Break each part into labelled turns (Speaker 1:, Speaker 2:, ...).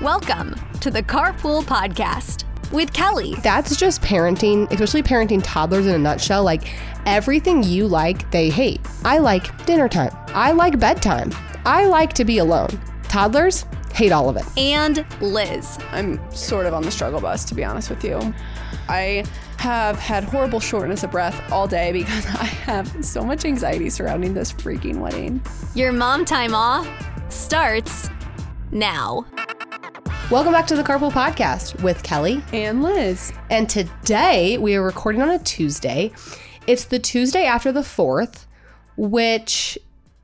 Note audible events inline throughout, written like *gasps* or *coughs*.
Speaker 1: Welcome to the Carpool Podcast with Kelly.
Speaker 2: That's just parenting, especially parenting toddlers in a nutshell. Like everything you like, they hate. I like dinner time. I like bedtime. I like to be alone. Toddlers hate all of it.
Speaker 1: and Liz.
Speaker 3: I'm sort of on the struggle bus, to be honest with you. I have had horrible shortness of breath all day because *laughs* I have so much anxiety surrounding this freaking wedding.
Speaker 1: Your mom time off starts now.
Speaker 2: Welcome back to the Carpool Podcast with Kelly.
Speaker 3: And Liz,
Speaker 2: And today we are recording on a Tuesday. It's the Tuesday after the 4th, which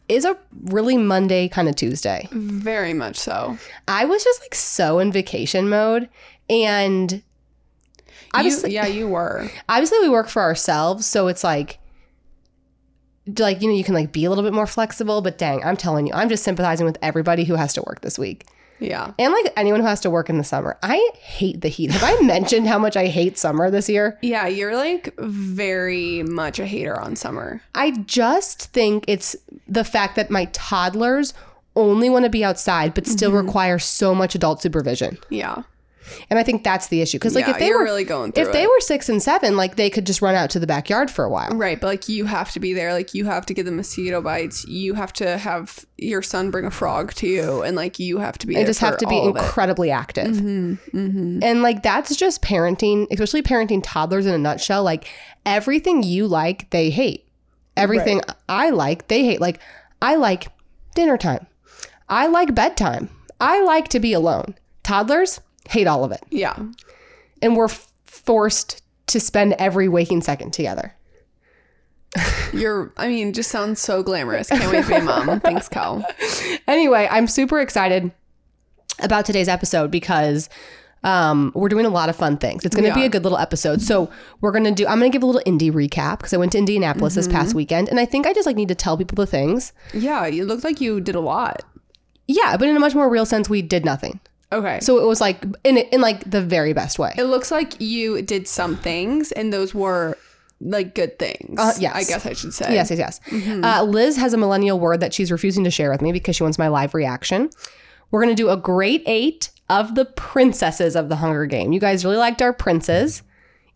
Speaker 2: is a really Monday kind of Tuesday.
Speaker 3: Mm-hmm. very much so.
Speaker 2: I was just like so in vacation mode and
Speaker 3: Obviously,
Speaker 2: obviously
Speaker 3: yeah, you were.
Speaker 2: obviously we work for ourselves, so it's like d- like you know you can like be a little bit more flexible, but dang, I'm telling you, I'm just sympathizing with everybody who has to work this week.
Speaker 3: *laughs* Yeah.
Speaker 2: And like anyone who has to work in the summer. I hate the heat. Have I *laughs* mentioned how much I hate summer this year?
Speaker 3: Yeah, you're like very much a hater on summer.
Speaker 2: I just think it's the fact that my toddlers only want to be outside but still
Speaker 3: Mm-hmm.
Speaker 2: require so much adult supervision.
Speaker 3: Yeah.
Speaker 2: And I think that's the issue cuz like
Speaker 3: yeah,
Speaker 2: if they
Speaker 3: you're
Speaker 2: were
Speaker 3: really going through
Speaker 2: if they
Speaker 3: it.
Speaker 2: were six and seven, like they could just run out to the backyard for a while.
Speaker 3: Right, but like you have to be there. Like you have to give them mosquito bites. You have to have your son bring a frog to you, and like you have to be.
Speaker 2: They
Speaker 3: there
Speaker 2: just have
Speaker 3: for
Speaker 2: to be
Speaker 3: all of it. Mm-hmm,
Speaker 2: incredibly active. And like that's just parenting, especially parenting toddlers in a nutshell. Like everything you like, they hate. Everything I like, they hate. Like I like dinner time. I like bedtime. I like to be alone. Toddlers hate all of it.
Speaker 3: Yeah,
Speaker 2: And we're f- forced to spend every waking second together.
Speaker 3: You're, I mean, just sounds so glamorous. Can't wait to be a *laughs* mom. Thanks, Cal.
Speaker 2: anyway, I'm super excited about today's episode because um, we're doing a lot of fun things. It's going to
Speaker 3: We
Speaker 2: be a
Speaker 3: are.
Speaker 2: good little episode. So we're going to do. I'm going to give a little indie recap because I went to Indianapolis this past
Speaker 3: Mm-hmm.
Speaker 2: weekend, and I think I just like need to tell people the things.
Speaker 3: Yeah, you looked like you did a lot.
Speaker 2: Yeah, but in a much more real sense, we did nothing.
Speaker 3: Okay. So
Speaker 2: So it was like in in like the very best way.
Speaker 3: it looks like you did some things, and those were like good things.
Speaker 2: Uh, yes.
Speaker 3: I guess I should say.
Speaker 2: Yes, yes, yes.
Speaker 3: Mm-hmm.
Speaker 2: Uh, Liz has a millennial word that she's refusing to share with me because she wants my live reaction. We're going to do a great eight of the princesses of the Hunger Game. You guys really liked our princes,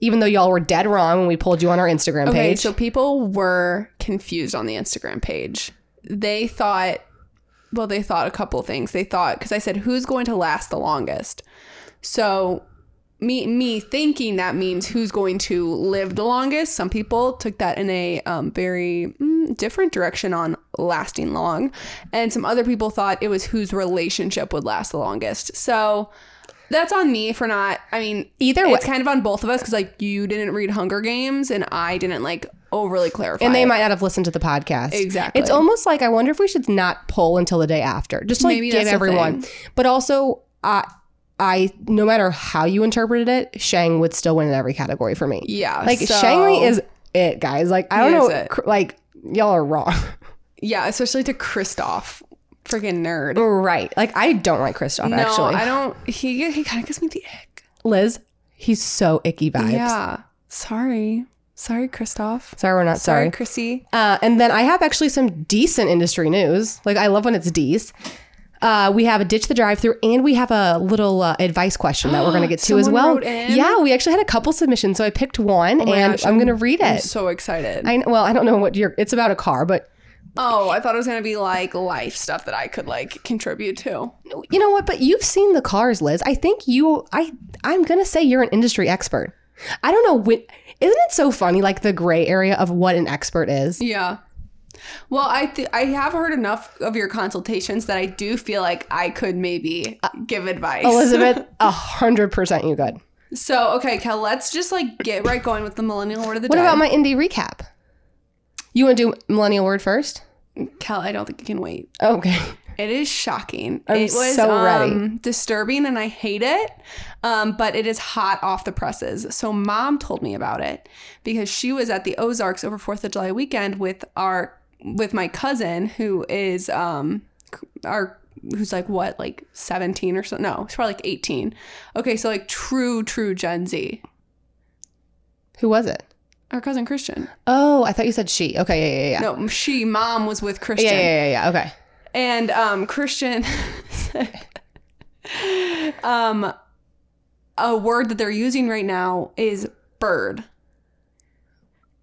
Speaker 2: even though y'all were dead wrong when we pulled you on our Instagram
Speaker 3: Okay.
Speaker 2: page.
Speaker 3: So people were confused on the Instagram page. They thought, well, they thought a couple things. They thought because I said who's going to last the longest. So me me thinking that means who's going to live the longest. Some people took that in a um, very mm, different direction on lasting long, and some other people thought it was whose relationship would last the longest. So. That's on me for not. I mean,
Speaker 2: Either way.
Speaker 3: it's kind of on both of us because like you didn't read Hunger Games and I didn't like overly clarify.
Speaker 2: and they
Speaker 3: it.
Speaker 2: might not have listened to the podcast.
Speaker 3: Exactly.
Speaker 2: It's almost like I wonder if we should not pull until the day after, just to, like
Speaker 3: Maybe
Speaker 2: give
Speaker 3: that's the
Speaker 2: everyone. But also, I, I, no matter how you interpreted it, Shang would still win in every category for me.
Speaker 3: yeah,
Speaker 2: Like
Speaker 3: so-
Speaker 2: Shangli is it, guys. Like I
Speaker 3: He
Speaker 2: don't
Speaker 3: is
Speaker 2: know.
Speaker 3: it.
Speaker 2: cr- Like y'all are
Speaker 3: *laughs*
Speaker 2: wrong.
Speaker 3: yeah, especially to Kristoff, freaking nerd.
Speaker 2: right. Like I don't like Kristoff
Speaker 3: No,
Speaker 2: actually.
Speaker 3: I don't. He he kind of gives me the ick.
Speaker 2: Liz, he's so icky vibes.
Speaker 3: Yeah, sorry, sorry, Kristoff.
Speaker 2: Sorry, we're not sorry.
Speaker 3: Sorry, Chrissy.
Speaker 2: Uh, and then I have actually some decent industry news. Like I love when it's decent. Uh, we have a ditch the drive through, and we have a little uh, advice question that we're
Speaker 3: *gasps*
Speaker 2: going to get to as
Speaker 3: Someone
Speaker 2: well.
Speaker 3: wrote in? Oh
Speaker 2: Yeah, we actually had a couple submissions, so I picked one,
Speaker 3: my
Speaker 2: and
Speaker 3: gosh,
Speaker 2: I'm going to read
Speaker 3: I'm
Speaker 2: it.
Speaker 3: so excited.
Speaker 2: I well, I don't know what your. It's about a car, but
Speaker 3: oh, I thought it was gonna be like life stuff that I could like contribute to.
Speaker 2: you know what but you've seen the cars liz i think you i i'm gonna say you're an industry expert i don't know when isn't it so funny like the gray area of what an expert is
Speaker 3: *laughs* Yeah. Well, I th- I have heard enough of your consultations that I do feel like I could maybe
Speaker 2: Uh,
Speaker 3: give advice.
Speaker 2: elizabeth a hundred percent you good
Speaker 3: So okay, Kel, let's just like get right going with the millennial word of the
Speaker 2: what
Speaker 3: day.
Speaker 2: about my indie recap you want to do millennial word first
Speaker 3: Kel? I don't think you can wait.
Speaker 2: okay *laughs*
Speaker 3: It is shocking.
Speaker 2: I'm
Speaker 3: it was
Speaker 2: so ready.
Speaker 3: um, disturbing and I hate it. Um, but it is hot off the presses. So mom told me about it because she was at the Ozarks over 4th of July weekend with our with my cousin who is um our who's like what like 17 or so no she's probably like 18 okay so like true true gen z
Speaker 2: who was it
Speaker 3: our cousin christian
Speaker 2: oh i thought you said she okay yeah yeah yeah
Speaker 3: no she mom was with christian um, *laughs*
Speaker 2: yeah, yeah, yeah, yeah. Okay.
Speaker 3: And um, Christian, Um, a word that they're using right now is bird.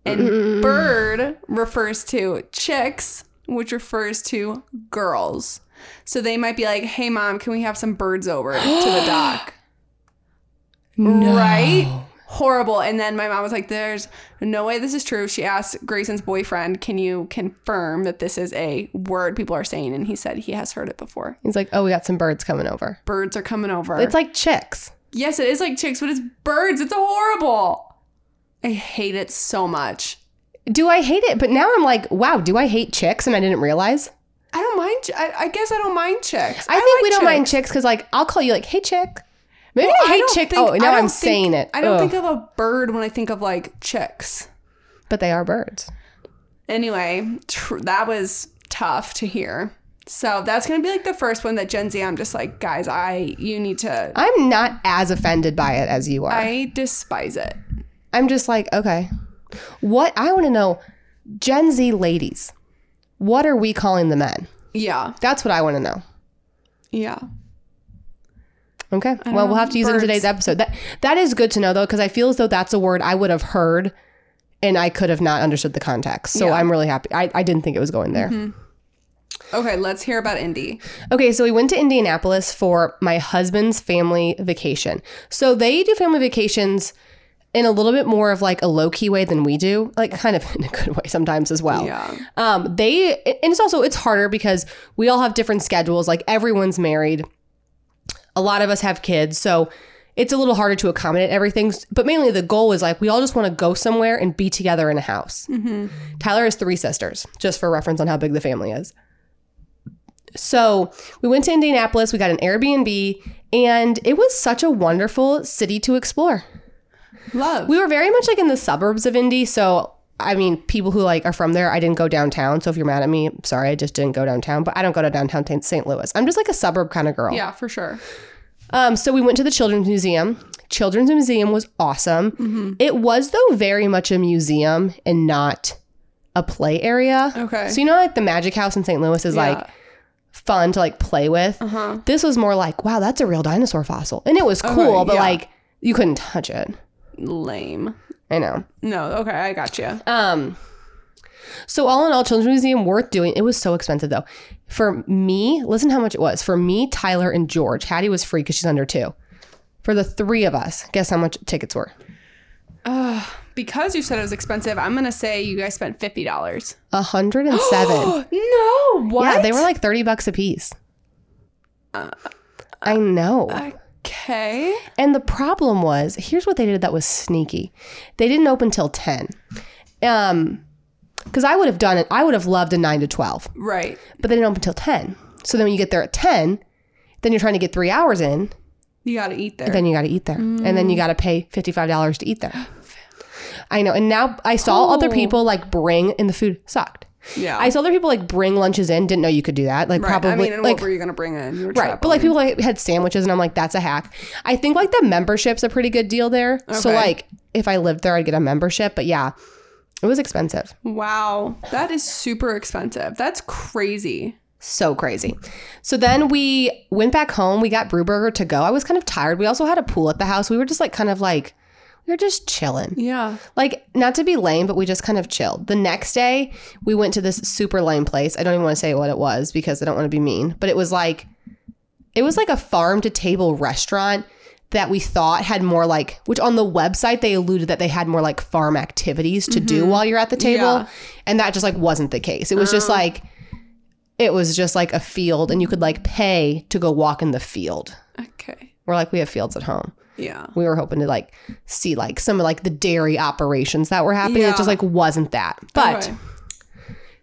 Speaker 3: And bird refers to chicks, which refers to girls. So they might be like, hey, mom, can we have some birds over to the dock? Right? Horrible. And then my mom was like, there's no way this is true. She asked Grayson's boyfriend, can you confirm that this is a word people are saying? And he said he has heard it before.
Speaker 2: He's like, oh, we got some birds coming over.
Speaker 3: Birds are coming over.
Speaker 2: It's like chicks.
Speaker 3: Yes, it is like chicks, but it's birds. It's horrible. I hate it so much.
Speaker 2: Do I hate it? But now I'm like, wow, do I hate chicks? And I didn't realize.
Speaker 3: I don't mind. ch- I, I guess I don't mind chicks.
Speaker 2: I, think
Speaker 3: like
Speaker 2: we don't mind
Speaker 3: chicks.
Speaker 2: chicks because, like, I'll call you like, hey, chick. Maybe
Speaker 3: Well,
Speaker 2: I hate
Speaker 3: don't
Speaker 2: chick.
Speaker 3: think-
Speaker 2: oh, now
Speaker 3: I
Speaker 2: I'm
Speaker 3: don't
Speaker 2: saying
Speaker 3: think-
Speaker 2: it.
Speaker 3: I don't
Speaker 2: Ugh.
Speaker 3: think of a bird when I think of like chicks.
Speaker 2: but they are birds.
Speaker 3: Anyway, tr- that was tough to hear. So that's gonna be like the first one that Gen Z. I'm just like, guys, I you need to.
Speaker 2: I'm not as offended by it as you are.
Speaker 3: I despise it.
Speaker 2: I'm just like, okay. What I want to know, Gen Z ladies, what are we calling the men?
Speaker 3: Yeah,
Speaker 2: That's what I want to know.
Speaker 3: yeah.
Speaker 2: Okay. Well, we'll
Speaker 3: know.
Speaker 2: have to use it in
Speaker 3: Birds.
Speaker 2: today's episode. That that is good to know though, because I feel as though that's a word I would have heard and I could have not understood the context. So
Speaker 3: Yeah. Mm-hmm.
Speaker 2: I'm really happy. I, I didn't think it was going there.
Speaker 3: Okay, let's hear about Indy.
Speaker 2: Okay, so we went to Indianapolis for my husband's family vacation. So they do family vacations in a little bit more of like a low key way than we do, like kind of *laughs* in a good way sometimes as well.
Speaker 3: Yeah.
Speaker 2: Um, they and it's also it's harder because we all have different schedules. Like everyone's married, a lot of us have kids, so it's a little harder to accommodate everything. But mainly the goal is like we all just want to go somewhere and be together in a house. Tyler has three sisters, just for reference on how big the family is. So we went to Indianapolis, we got an Airbnb, and it was such a wonderful city to explore.
Speaker 3: Love.
Speaker 2: We were very much like in the suburbs of Indy, so I mean, people who like are from there, I didn't go downtown. So if you're mad at me, I'm sorry, I just didn't go downtown. But I don't go to downtown T- St. Louis. I'm just like a suburb kind of girl.
Speaker 3: yeah, for sure.
Speaker 2: Um, so we went to the Children's Museum. Children's Museum was awesome.
Speaker 3: Mm-hmm.
Speaker 2: It was though very much a museum and not a play area.
Speaker 3: Okay.
Speaker 2: So you know, like the Magic House in St. Louis is like
Speaker 3: Yeah.
Speaker 2: fun to like play with.
Speaker 3: Uh-huh.
Speaker 2: This was more like, wow, that's a real dinosaur fossil, and it was cool, but
Speaker 3: Oh, yeah.
Speaker 2: like you couldn't touch it.
Speaker 3: Lame.
Speaker 2: I know.
Speaker 3: No. Okay, I got you.
Speaker 2: Um, so all in all, Children's Museum worth doing. It was so expensive though. For me, listen how much it was. For me, Tyler and George. Hattie was free because she's under two. For the three of us, guess how much tickets were?
Speaker 3: Because you said it was expensive, I'm gonna say you guys spent fifty dollars.
Speaker 2: A hundred and
Speaker 3: *gasps*
Speaker 2: seven.
Speaker 3: no, what? Uh,
Speaker 2: yeah, they were like thirty bucks a piece. I know.
Speaker 3: okay.
Speaker 2: And the problem was, here's what they did that was sneaky. They didn't open till ten. Um, because I would have done it. I would have loved a nine to twelve.
Speaker 3: Right.
Speaker 2: but they didn't open till 10. So then when you get there at 10, then you're trying to get three hours in,
Speaker 3: You got to eat there.
Speaker 2: then you got to eat there. And then you got to pay $55 to eat there. I know. And now I saw other
Speaker 3: Oh.
Speaker 2: people like bring, and the food sucked.
Speaker 3: yeah.
Speaker 2: I saw other people like bring lunches in. Didn't know you could do that. Like
Speaker 3: right.
Speaker 2: probably
Speaker 3: I mean, and
Speaker 2: like
Speaker 3: what were you going to bring in? You were
Speaker 2: right, but like people like had sandwiches, and I'm like, that's a hack. I think like the membership's a pretty good deal there. So
Speaker 3: Okay.
Speaker 2: like if I lived there, I'd get a membership. But yeah, it was expensive.
Speaker 3: traveling. wow, that is super expensive. That's crazy.
Speaker 2: So crazy. So then we went back home. We got Brewburger to go. I was kind of tired. We also had a pool at the house. We were just like kind of like, we were just chilling.
Speaker 3: Yeah.
Speaker 2: Like, not to be lame, but we just kind of chilled. The next day, we went to this super lame place. I don't even want to say what it was because I don't want to be mean, but it was like, it was like a farm to table restaurant that we thought had more like, which on the website they alluded that they had more like farm activities to do while you're at the table.
Speaker 3: Yeah.
Speaker 2: And that just like wasn't the case. It was just like, it was just like a field and you could like pay to go walk in the field.
Speaker 3: Okay.
Speaker 2: We're like, we have fields at home.
Speaker 3: Yeah.
Speaker 2: We were hoping to like see like some of like the dairy operations that were happening. It
Speaker 3: Yeah.
Speaker 2: just like wasn't that. But
Speaker 3: Okay.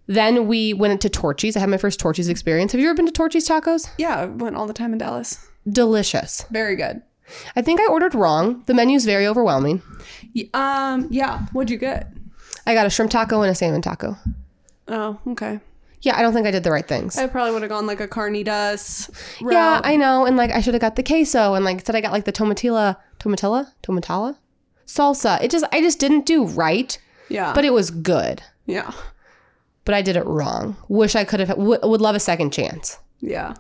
Speaker 2: then we went to Torchy's. I had my first Torchy's experience. Have you ever been to Torchy's tacos?
Speaker 3: yeah, I went all the time in Dallas.
Speaker 2: Delicious.
Speaker 3: Very good.
Speaker 2: I think I ordered wrong. The menu's very overwhelming.
Speaker 3: Y- Um. Yeah. What'd you get?
Speaker 2: I got a shrimp taco and a salmon taco.
Speaker 3: Oh, okay.
Speaker 2: Yeah, I don't think I did the right things.
Speaker 3: I probably would have gone like a carnitas. Route.
Speaker 2: Yeah, I know. And like I should have got the queso and like said I got like the tomatilla, tomatilla, tomatala salsa. It just I just didn't do right,
Speaker 3: yeah.
Speaker 2: but it was good.
Speaker 3: yeah.
Speaker 2: But I did it wrong. Wish I could have w- would love a second chance.
Speaker 3: Yeah.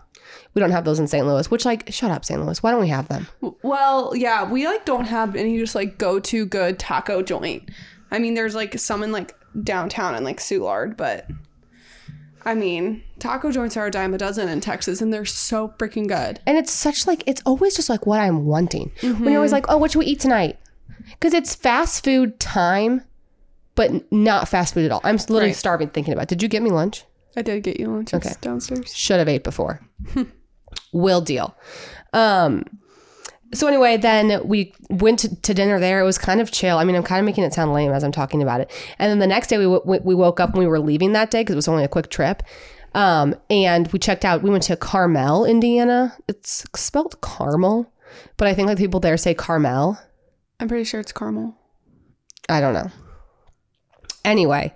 Speaker 2: We don't have those in St. Louis, which like shut up St. Louis. Why don't we have them?
Speaker 3: W- Well, yeah, we like don't have any just like go to good taco joint. I mean, there's like some in like downtown and like Soulard, but I mean, taco joints are a dime a dozen in Texas and they're so freaking good.
Speaker 2: And it's such like it's always just like what I'm wanting. When you're always like, "Oh, what should we eat tonight?" Cuz it's fast food time, but n- not fast food at all. I'm literally
Speaker 3: Right.
Speaker 2: starving thinking about. it. Did you get me lunch?
Speaker 3: I did get you lunch
Speaker 2: Okay.
Speaker 3: downstairs.
Speaker 2: Should have ate before. Will deal. Um so anyway, then we went to, to dinner there. It was kind of chill. I mean, I'm kind of making it sound lame as I'm talking about it. And then the next day, we w- we woke up and we were leaving that day because it was only a quick trip. Um, and we checked out. We went to Carmel, Indiana. It's spelled Carmel, but I think like people there say Carmel.
Speaker 3: I'm pretty sure it's caramel.
Speaker 2: I don't know. Anyway,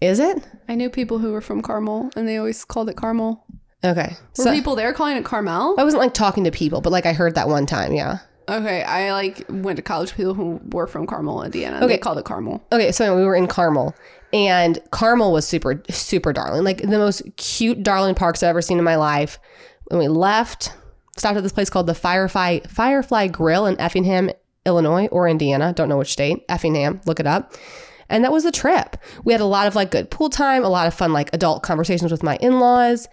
Speaker 2: is it
Speaker 3: I knew people who were from Carmel and they always called it Carmel.
Speaker 2: okay?
Speaker 3: Were
Speaker 2: So Oh.
Speaker 3: people there calling it Carmel?
Speaker 2: I wasn't like talking to people, but like I heard that one time. Yeah.
Speaker 3: Okay, I like went to college with people who were from Carmel, Indiana. Okay, they
Speaker 2: Okay.
Speaker 3: called it Carmel.
Speaker 2: Okay, so anyway, we were in Carmel, and Carmel was super, super darling. Like the most cute, darling parks I've ever seen in my life. When we left, stopped at this place called the Firefly Firefly Grill in Effingham, Illinois or Indiana. Don't know which state. Effingham. Look it up. And that was the trip. We had a lot of like good pool time, a lot of fun like adult conversations with my in laws,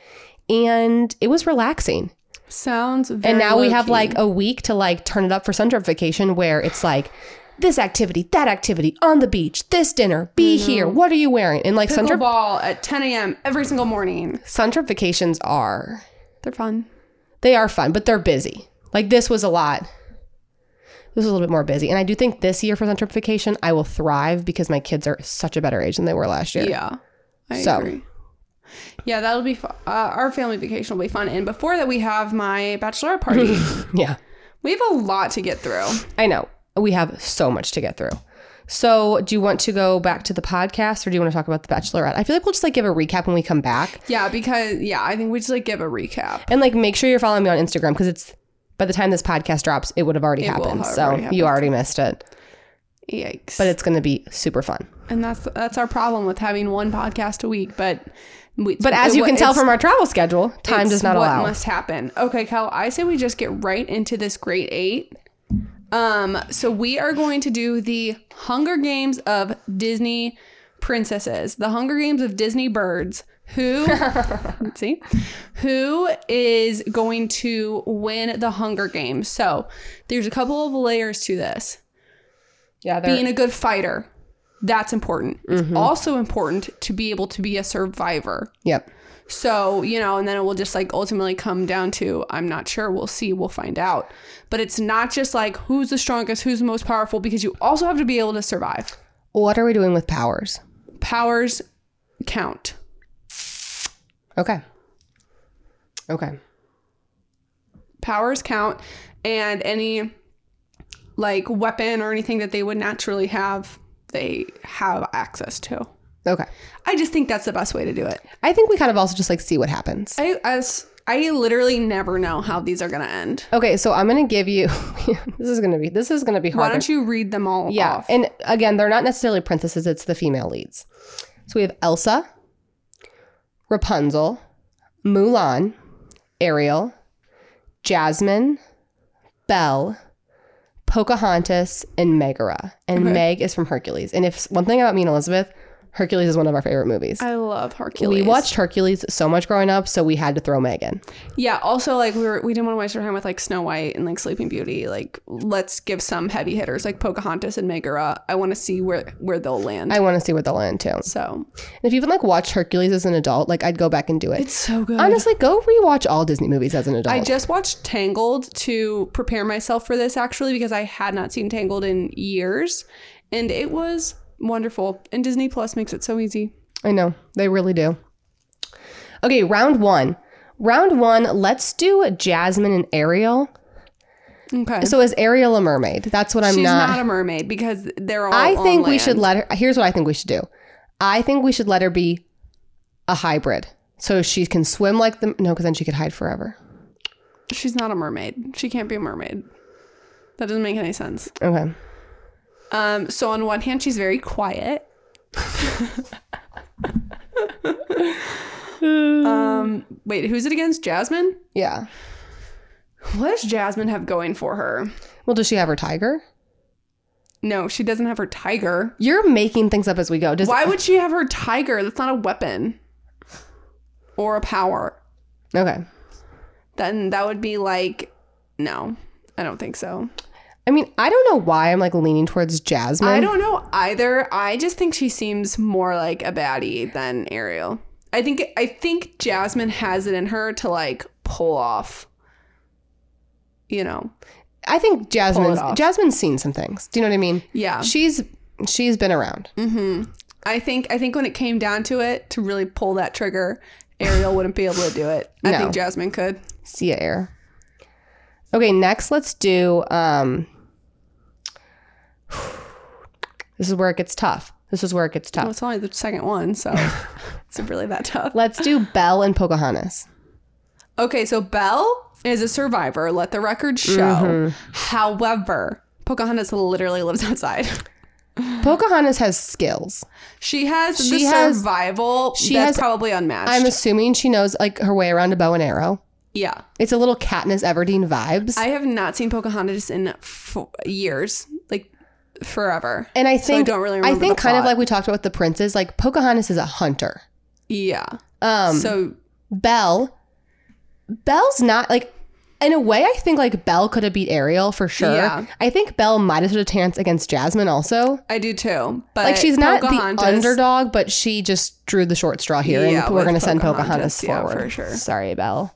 Speaker 2: and it was relaxing.
Speaker 3: Sounds. Very
Speaker 2: And now we have
Speaker 3: low-key.
Speaker 2: like a week to like turn it up for sun drop vacation where it's like this activity, that activity on the beach, this dinner, be here. What are you wearing? And like sun drop
Speaker 3: Mm-hmm. pickleball at 10 a.m. every single morning.
Speaker 2: sun drop vacations are
Speaker 3: They're fun.
Speaker 2: they are fun, but they're busy. Like this was a lot. This was a little bit more busy. And I do think this year for sun drop vacation, I will thrive because my kids are such a better age than they were last year.
Speaker 3: Yeah, I
Speaker 2: So.
Speaker 3: agree. Yeah, that'll be fu- uh, our family vacation will be fun. And before that, we have my bachelorette party.
Speaker 2: *laughs* Yeah.
Speaker 3: we have a lot to get through.
Speaker 2: I know. We have so much to get through. So, do you want to go back to the podcast or do you want to talk about The Bachelorette? I feel like we'll just like give a recap when we come back.
Speaker 3: Yeah, because yeah, I think we just like give a recap.
Speaker 2: And like, make sure you're following me on Instagram because it's by the time this podcast drops, it would have already
Speaker 3: It will
Speaker 2: happened.
Speaker 3: have
Speaker 2: So
Speaker 3: already
Speaker 2: you
Speaker 3: happened.
Speaker 2: already missed it,
Speaker 3: Yikes!
Speaker 2: but it's going to be super fun.
Speaker 3: and that's that's our problem with having one podcast a week. But we,
Speaker 2: But as you can tell from our travel schedule, time does not
Speaker 3: what
Speaker 2: allow.
Speaker 3: must happen. Okay, Cal, I say we just get right into this great eight. Um, so we are going to do the Hunger Games of Disney princesses, the Hunger Games of Disney birds.
Speaker 2: *laughs*
Speaker 3: Who, let's see, who is going to win the Hunger Games? So there's a couple of layers to this.
Speaker 2: yeah,
Speaker 3: Being a good fighter, that's important. It's also important to be able to be a survivor.
Speaker 2: yep.
Speaker 3: So, you know, and then it will just like ultimately come down to I'm not sure, we'll see, we'll find out. But it's not just like who's the strongest, who's the most powerful, because you also have to be able to survive.
Speaker 2: What are we doing with powers?
Speaker 3: Powers count.
Speaker 2: Okay. Okay.
Speaker 3: Powers count and any like weapon or anything that they would naturally have, they have access to.
Speaker 2: Okay.
Speaker 3: I just think that's the best way to do it.
Speaker 2: I think we kind of also just like see what happens.
Speaker 3: I as I literally never know how these are gonna end.
Speaker 2: Okay, so I'm gonna give you. *laughs* this is gonna be. This is gonna be hard.
Speaker 3: Why don't you read them all
Speaker 2: yeah,
Speaker 3: off?
Speaker 2: and again, they're not necessarily princesses. It's the female leads. So we have Elsa, Rapunzel, Mulan, Ariel, Jasmine, Belle, Pocahontas, and Megara. And
Speaker 3: Okay.
Speaker 2: Meg is from Hercules. And if one thing about me and Elizabeth, Hercules is one of our favorite movies.
Speaker 3: I love
Speaker 2: we
Speaker 3: Hercules.
Speaker 2: watched Hercules so much growing up, so we had to throw Meg in.
Speaker 3: Yeah. Also, like we were, we didn't want to waste our time with like Snow White and like Sleeping Beauty. Like, let's give some heavy hitters like Pocahontas and Megara. I want to see where where they'll land.
Speaker 2: I want to see where they'll land too.
Speaker 3: so
Speaker 2: And if you even like watched Hercules as an adult, like I'd go back and do it.
Speaker 3: it's so good.
Speaker 2: Honestly, go rewatch all Disney movies as an adult.
Speaker 3: I just watched Tangled to prepare myself for this actually because I had not seen Tangled in years, and it was wonderful. And Disney Plus makes it so easy.
Speaker 2: I know they really do. Okay, round one. Round one. Let's do Jasmine and Ariel.
Speaker 3: Okay.
Speaker 2: So is Ariel a mermaid? That's what I'm
Speaker 3: She's
Speaker 2: not.
Speaker 3: not, a mermaid because they're all.
Speaker 2: I
Speaker 3: on
Speaker 2: think we should let
Speaker 3: land.
Speaker 2: her. Here's what I think we should do. I think we should let her be a hybrid, so she can swim like the no, because then she could hide forever.
Speaker 3: She's not a mermaid. She can't be a mermaid. That doesn't make any sense.
Speaker 2: Okay.
Speaker 3: Um, so on
Speaker 2: *laughs*
Speaker 3: one hand, she's very quiet. Um, wait, who's it against? Jasmine?
Speaker 2: Yeah.
Speaker 3: What does Jasmine have going for her?
Speaker 2: Well, does she have her tiger?
Speaker 3: No, she doesn't have her tiger.
Speaker 2: You're making things up as we go. Does
Speaker 3: Why would she have her tiger? That's not a weapon or a power.
Speaker 2: Okay.
Speaker 3: Then that would be like, no, I don't think so.
Speaker 2: I mean, I don't know why I'm like leaning towards Jasmine.
Speaker 3: I don't know either. I just think she seems more like a baddie than Ariel. I think I think Jasmine has it in her to like pull off. You know,
Speaker 2: I think Jasmine's
Speaker 3: off.
Speaker 2: Jasmine's seen some things. Do you know what I mean?
Speaker 3: yeah.
Speaker 2: She's she's been around.
Speaker 3: I think I think when it came down to it, to really pull that trigger, Ariel wouldn't be able to do it. I
Speaker 2: No.
Speaker 3: think Jasmine could.
Speaker 2: Sea air. Okay, next let's do um *sighs* This is where it gets tough. This is where it gets
Speaker 3: Well,
Speaker 2: tough.
Speaker 3: it's only the second one, so it's really that tough.
Speaker 2: Let's
Speaker 3: *gasps*
Speaker 2: do Belle and Pocahontas.
Speaker 3: Okay, so Belle is a survivor. Let the record show. However, Pocahontas literally lives *laughs* outside.
Speaker 2: Pocahontas has skills.
Speaker 3: She has
Speaker 2: She
Speaker 3: the
Speaker 2: has-
Speaker 3: survival
Speaker 2: she
Speaker 3: that's
Speaker 2: has-
Speaker 3: probably unmatched.
Speaker 2: I'm assuming she knows like her way around a bow and arrow.
Speaker 3: yeah.
Speaker 2: It's a little Katniss Everdeen vibes.
Speaker 3: I have not seen Pocahontas in f- years, like forever.
Speaker 2: and I think I,
Speaker 3: don't really remember
Speaker 2: think
Speaker 3: the
Speaker 2: kind of
Speaker 3: plot.
Speaker 2: like we talked about with the princes, like Pocahontas is a hunter.
Speaker 3: Yeah.
Speaker 2: Um
Speaker 3: so
Speaker 2: Belle. Belle's not like in a way I think like Belle could have beat Ariel for sure.
Speaker 3: Yeah.
Speaker 2: I think Belle might have had a chance against Jasmine also.
Speaker 3: I do too. But
Speaker 2: Like she's not
Speaker 3: Uh, Pocahontas-
Speaker 2: the underdog, but she just drew the short straw here
Speaker 3: Yeah,
Speaker 2: and we're
Speaker 3: with
Speaker 2: gonna send Pocahontas
Speaker 3: Pocahontas, yeah,
Speaker 2: forward.
Speaker 3: for sure.
Speaker 2: Sorry, Belle.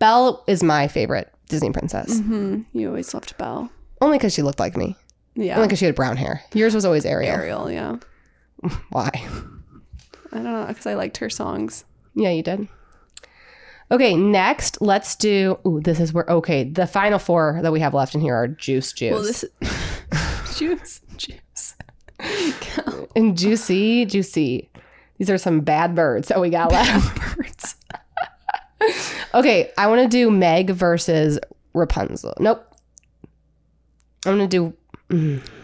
Speaker 2: Belle is my favorite Disney princess. Only 'cause
Speaker 3: Mhm. You always loved Belle.
Speaker 2: Only because she looked like me.
Speaker 3: Yeah.
Speaker 2: Only because she had brown hair. Yours was always Ariel.
Speaker 3: Oh. Ariel, yeah.
Speaker 2: Why?
Speaker 3: I don't know because I liked her songs.
Speaker 2: Yeah, you did. Okay, next let's do. Ooh, this is where. Okay, the final four that we have left in here are juice, juice,
Speaker 3: Well, this *laughs* juice, juice.
Speaker 2: and juicy, juicy. These are some bad birds that we got left.
Speaker 3: Birds.
Speaker 2: okay, I want to do Meg versus Rapunzel. Nope. I'm gonna do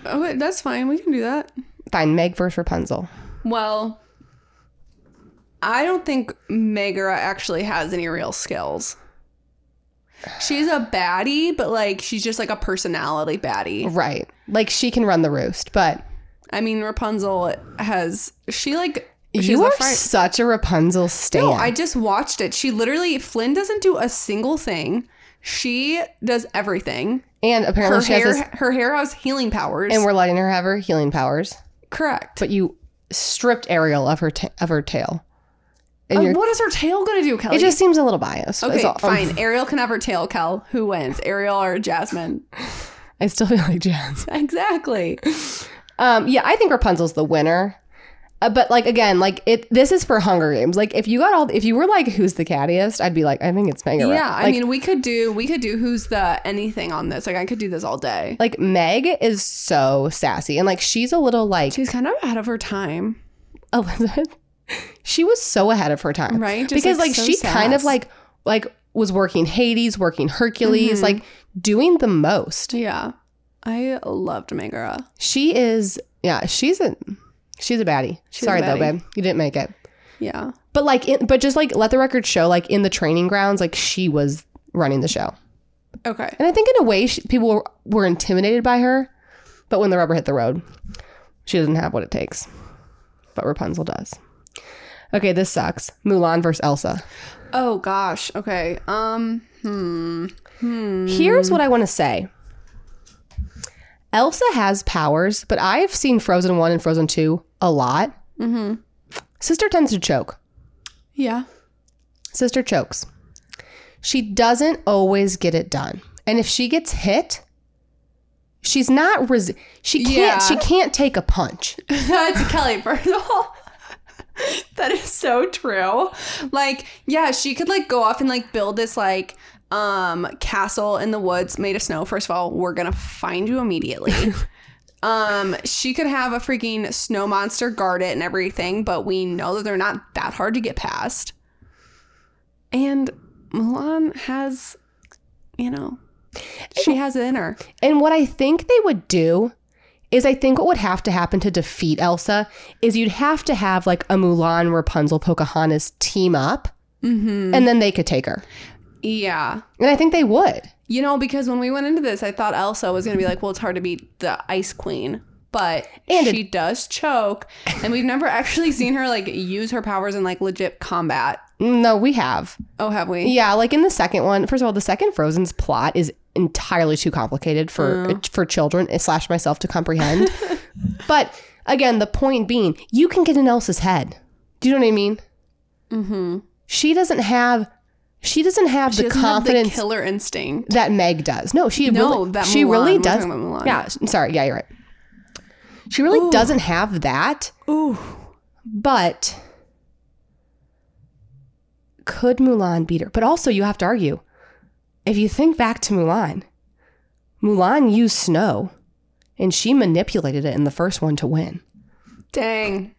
Speaker 3: Oh, wait, that's fine. We can do that.
Speaker 2: fine. Meg versus Rapunzel.
Speaker 3: Well, I don't think Megara actually has any real skills. She's a baddie, but like she's just like a personality baddie.
Speaker 2: Right, like she can run the roost, but
Speaker 3: I mean, Rapunzel has she like she's
Speaker 2: you
Speaker 3: the
Speaker 2: are
Speaker 3: fri-
Speaker 2: such a Rapunzel stan.
Speaker 3: No, I just watched it. She literally Flynn doesn't do a single thing. She does everything.
Speaker 2: and apparently
Speaker 3: Her
Speaker 2: she
Speaker 3: hair,
Speaker 2: has this,
Speaker 3: her hair has healing powers.
Speaker 2: and we're letting her have her healing powers.
Speaker 3: correct.
Speaker 2: but you stripped Ariel of her ta- of her tail. And
Speaker 3: Uh,
Speaker 2: you're,
Speaker 3: what is her tail gonna do, Kelly?
Speaker 2: it just seems a little biased.
Speaker 3: okay,
Speaker 2: It's all-
Speaker 3: fine. Ariel can have her tail, Kel. Who wins, Ariel or Jasmine?
Speaker 2: *laughs* I still feel like Jazz.
Speaker 3: *laughs* exactly.
Speaker 2: Um, yeah, I think Rapunzel's the winner. Uh, but like again, like it. This is for Hunger Games. Like if you got all, if you were like, who's the cattiest? I'd be like, I think it's Meg. or Ra-
Speaker 3: Yeah, I
Speaker 2: like,
Speaker 3: mean, we could do we could do who's the anything on this. Like, I could do this all day.
Speaker 2: like Meg is so sassy and like she's a little like
Speaker 3: She's kind of ahead of her time,
Speaker 2: Elizabeth. *laughs* She was so ahead of her time,
Speaker 3: right? Just,
Speaker 2: because like,
Speaker 3: so
Speaker 2: she kind of
Speaker 3: sass.
Speaker 2: like like was working Hades, working Hercules,
Speaker 3: Mhm.
Speaker 2: like doing the most.
Speaker 3: yeah. I loved Megara.
Speaker 2: She is yeah, she's a she's a baddie.
Speaker 3: She's a
Speaker 2: Sorry though,
Speaker 3: baddie.
Speaker 2: babe. You didn't make it.
Speaker 3: Yeah,
Speaker 2: But like in, but just like let the record show like in the training grounds like she was running the show.
Speaker 3: okay.
Speaker 2: And I think in a way she, people were, were intimidated by her, but when the rubber hit the road, she doesn't have what it takes. But Rapunzel does. Okay, this sucks. Mulan versus Elsa.
Speaker 3: Oh gosh. Okay. Um. Hmm. Hmm.
Speaker 2: Here's what I want to say. Elsa has powers, but I've seen Frozen 1 and Frozen 2 a lot.
Speaker 3: Mm-hmm.
Speaker 2: Sister tends to choke.
Speaker 3: Yeah.
Speaker 2: Sister chokes. She doesn't always get it done. And if she gets hit, she's not res- she can't
Speaker 3: Yeah.
Speaker 2: she can't take a punch.
Speaker 3: *laughs* That's Kelly. First of all, *laughs* that is so true. Like, yeah, she could like go off and like build this like um castle in the woods made of snow. First of all, we're gonna find you immediately. um, she could have a freaking snow monster guard it and everything, but we know that they're not that hard to get past. And Milan has, you know, she has it in her.
Speaker 2: And what I think they would do is I think what would have to happen to defeat Elsa is you'd have to have like a Mulan Rapunzel Pocahontas team up and then they could take her.
Speaker 3: Yeah.
Speaker 2: And I think they would.
Speaker 3: You know, because when we went into this, I thought Elsa was going to be like, well, it's hard to beat the Ice Queen. But
Speaker 2: And
Speaker 3: she does choke. And we've never *laughs* actually seen her like use her powers in like legit combat.
Speaker 2: No, we have.
Speaker 3: Oh, have we?
Speaker 2: Yeah, like in the second one, first of all, the second Frozen's plot is entirely too complicated for for children eh, slash myself to
Speaker 3: *laughs*
Speaker 2: comprehend. but again, the point being, you can get in Elsa's head. Do you know what I mean? Mm-hmm. She doesn't have. She doesn't have
Speaker 3: Mm-hmm. She
Speaker 2: the
Speaker 3: doesn't have
Speaker 2: confidence
Speaker 3: the killer instinct.
Speaker 2: that Meg does. No, she
Speaker 3: No,
Speaker 2: really,
Speaker 3: that
Speaker 2: she
Speaker 3: Mulan.
Speaker 2: really
Speaker 3: We're
Speaker 2: does.
Speaker 3: talking about Mulan.
Speaker 2: Yeah, s- sorry. Yeah, you're right. She really doesn't have that.
Speaker 3: Ooh.
Speaker 2: But could Mulan beat her? But also, you have to argue. If you think back to Mulan, Mulan used snow and she manipulated it in the first one to win.
Speaker 3: Dang.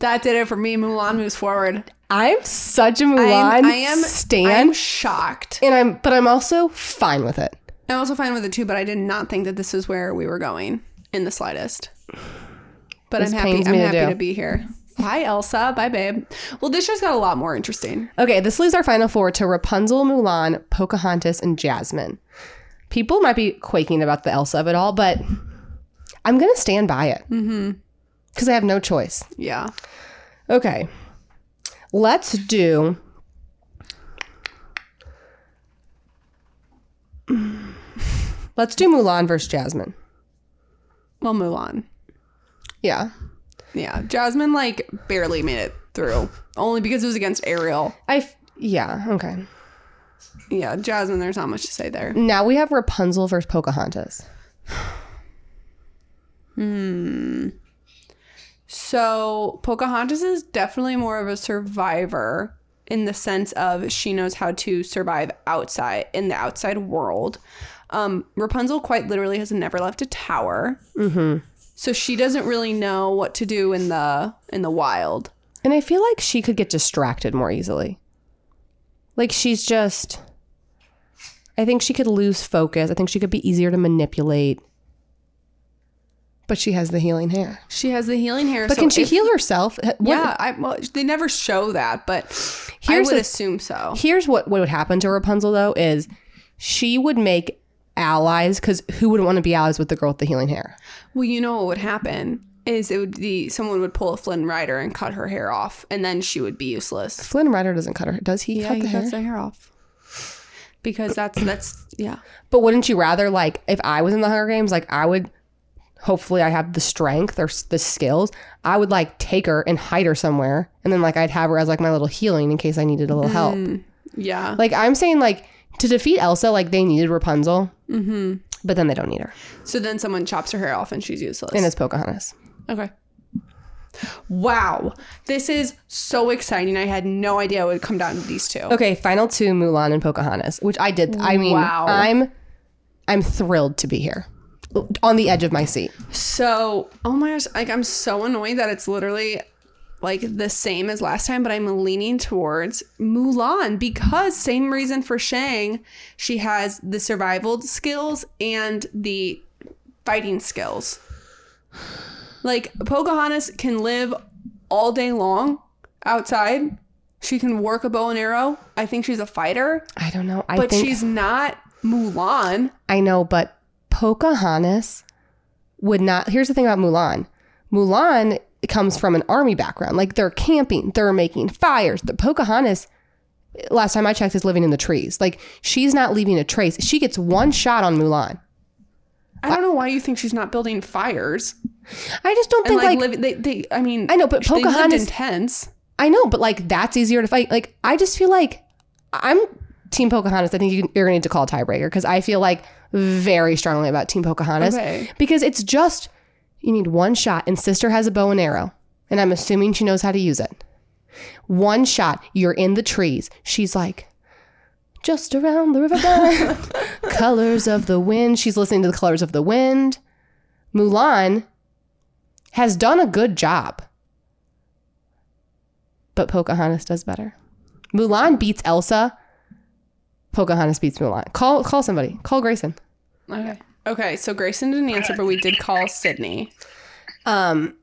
Speaker 3: That did it for me. Mulan moves forward.
Speaker 2: I'm such a
Speaker 3: I
Speaker 2: Mulan
Speaker 3: am, I am
Speaker 2: stan.
Speaker 3: I'm shocked.
Speaker 2: and I'm, but I'm also fine with it.
Speaker 3: I'm also fine with it too, but I did not think that this is where we were going in the slightest. But
Speaker 2: This
Speaker 3: I'm happy.
Speaker 2: pains
Speaker 3: I'm
Speaker 2: me to
Speaker 3: happy
Speaker 2: do.
Speaker 3: to be here. Bye, Elsa. Bye, babe. Well, this show's got a lot more interesting.
Speaker 2: Okay, this leaves our final four to Rapunzel, Mulan, Pocahontas, and Jasmine. People might be quaking about the Elsa of it all, but I'm going to stand by it because I have no choice.
Speaker 3: Yeah.
Speaker 2: Okay. Let's do. Let's do Mulan versus Jasmine.
Speaker 3: Well, Mulan.
Speaker 2: Yeah.
Speaker 3: Yeah. Jasmine like barely made it through, only because it was against Ariel.
Speaker 2: I. F- yeah. Okay.
Speaker 3: Yeah, Jasmine. There's not much to say there.
Speaker 2: Now we have Rapunzel versus Pocahontas.
Speaker 3: So Pocahontas is definitely more of a survivor in the sense of she knows how to survive outside in the outside world. Um, Rapunzel quite literally has never left a tower, mm-hmm. so she doesn't really know what to do in the in the wild.
Speaker 2: And I feel like she could get distracted more easily. Like she's just I think she could lose focus. I think she could be easier to manipulate. But she has the healing hair.
Speaker 3: She has the healing hair,
Speaker 2: But
Speaker 3: so
Speaker 2: can she
Speaker 3: if-
Speaker 2: heal herself? What-
Speaker 3: Yeah, I, well, they never show that, but
Speaker 2: Here's
Speaker 3: I would
Speaker 2: the-
Speaker 3: assume so.
Speaker 2: Here's what, what would happen to Rapunzel though is she would make allies because who wouldn't want to be allies with the girl with the healing hair?
Speaker 3: Well, you know what would happen is it would be someone would pull a Flynn Rider and cut her hair off, and then she would be useless.
Speaker 2: Flynn Rider doesn't cut her. Does he
Speaker 3: Yeah,
Speaker 2: cut
Speaker 3: he
Speaker 2: the hair?
Speaker 3: cuts their hair off. Because that's that's yeah.
Speaker 2: But wouldn't you rather like if I was in the Hunger Games, like I would hopefully I have the strength or s- the skills, I would like take her and hide her somewhere and then like I'd have her as like my little healing in case I needed a little help.
Speaker 3: Yeah.
Speaker 2: Like I'm saying like to defeat Elsa like they needed Rapunzel. Mhm. But then they don't need her.
Speaker 3: So then someone chops her hair off and she's useless.
Speaker 2: And it's Pocahontas.
Speaker 3: okay. Wow. This is so exciting. I had no idea it would come down to these two.
Speaker 2: Okay, final two Mulan and Pocahontas, which I did I mean
Speaker 3: Wow.
Speaker 2: I'm I'm thrilled to be here. On the edge of my seat.
Speaker 3: So, oh my gosh, like I'm so annoyed that it's literally like the same as last time, but I'm leaning towards Mulan because same reason for Shang, she has the survival skills and the fighting skills. Like Pocahontas can live all day long outside. She can work a bow and arrow. I think she's a fighter,
Speaker 2: I don't know. I
Speaker 3: but
Speaker 2: think
Speaker 3: she's not Mulan.
Speaker 2: I know, but Pocahontas would not. Here's the thing about Mulan Mulan comes from an army background. Like they're camping, they're making fires. The Pocahontas, last time I checked, is living in the trees. Like she's not leaving a trace. She gets one shot on Mulan.
Speaker 3: I don't know why you think she's not building fires.
Speaker 2: I just don't
Speaker 3: and
Speaker 2: think, like,
Speaker 3: like, living, they, they, I mean,
Speaker 2: I know, but
Speaker 3: they lived
Speaker 2: Pocahontas-
Speaker 3: in tents.
Speaker 2: I know, but like that's easier to fight. Like I just feel like I'm Team Pocahontas. I think you, you're going to need to call a tiebreaker because I feel like very strongly about Team Pocahontas
Speaker 3: Okay.
Speaker 2: because it's just you need one shot, and Sister has a bow and arrow, and I'm assuming she knows how to use it. One shot, you're in the trees. She's like. Just around the river bend, colors of the wind. She's listening to the colors of the wind. Mulan has done a good job but Pocahontas does better. Mulan beats Elsa. Pocahontas beats Mulan. Call call somebody. Call Grayson.
Speaker 3: Okay. Okay, so Grayson didn't answer, but we did call Sydney.
Speaker 2: *clears throat* Um,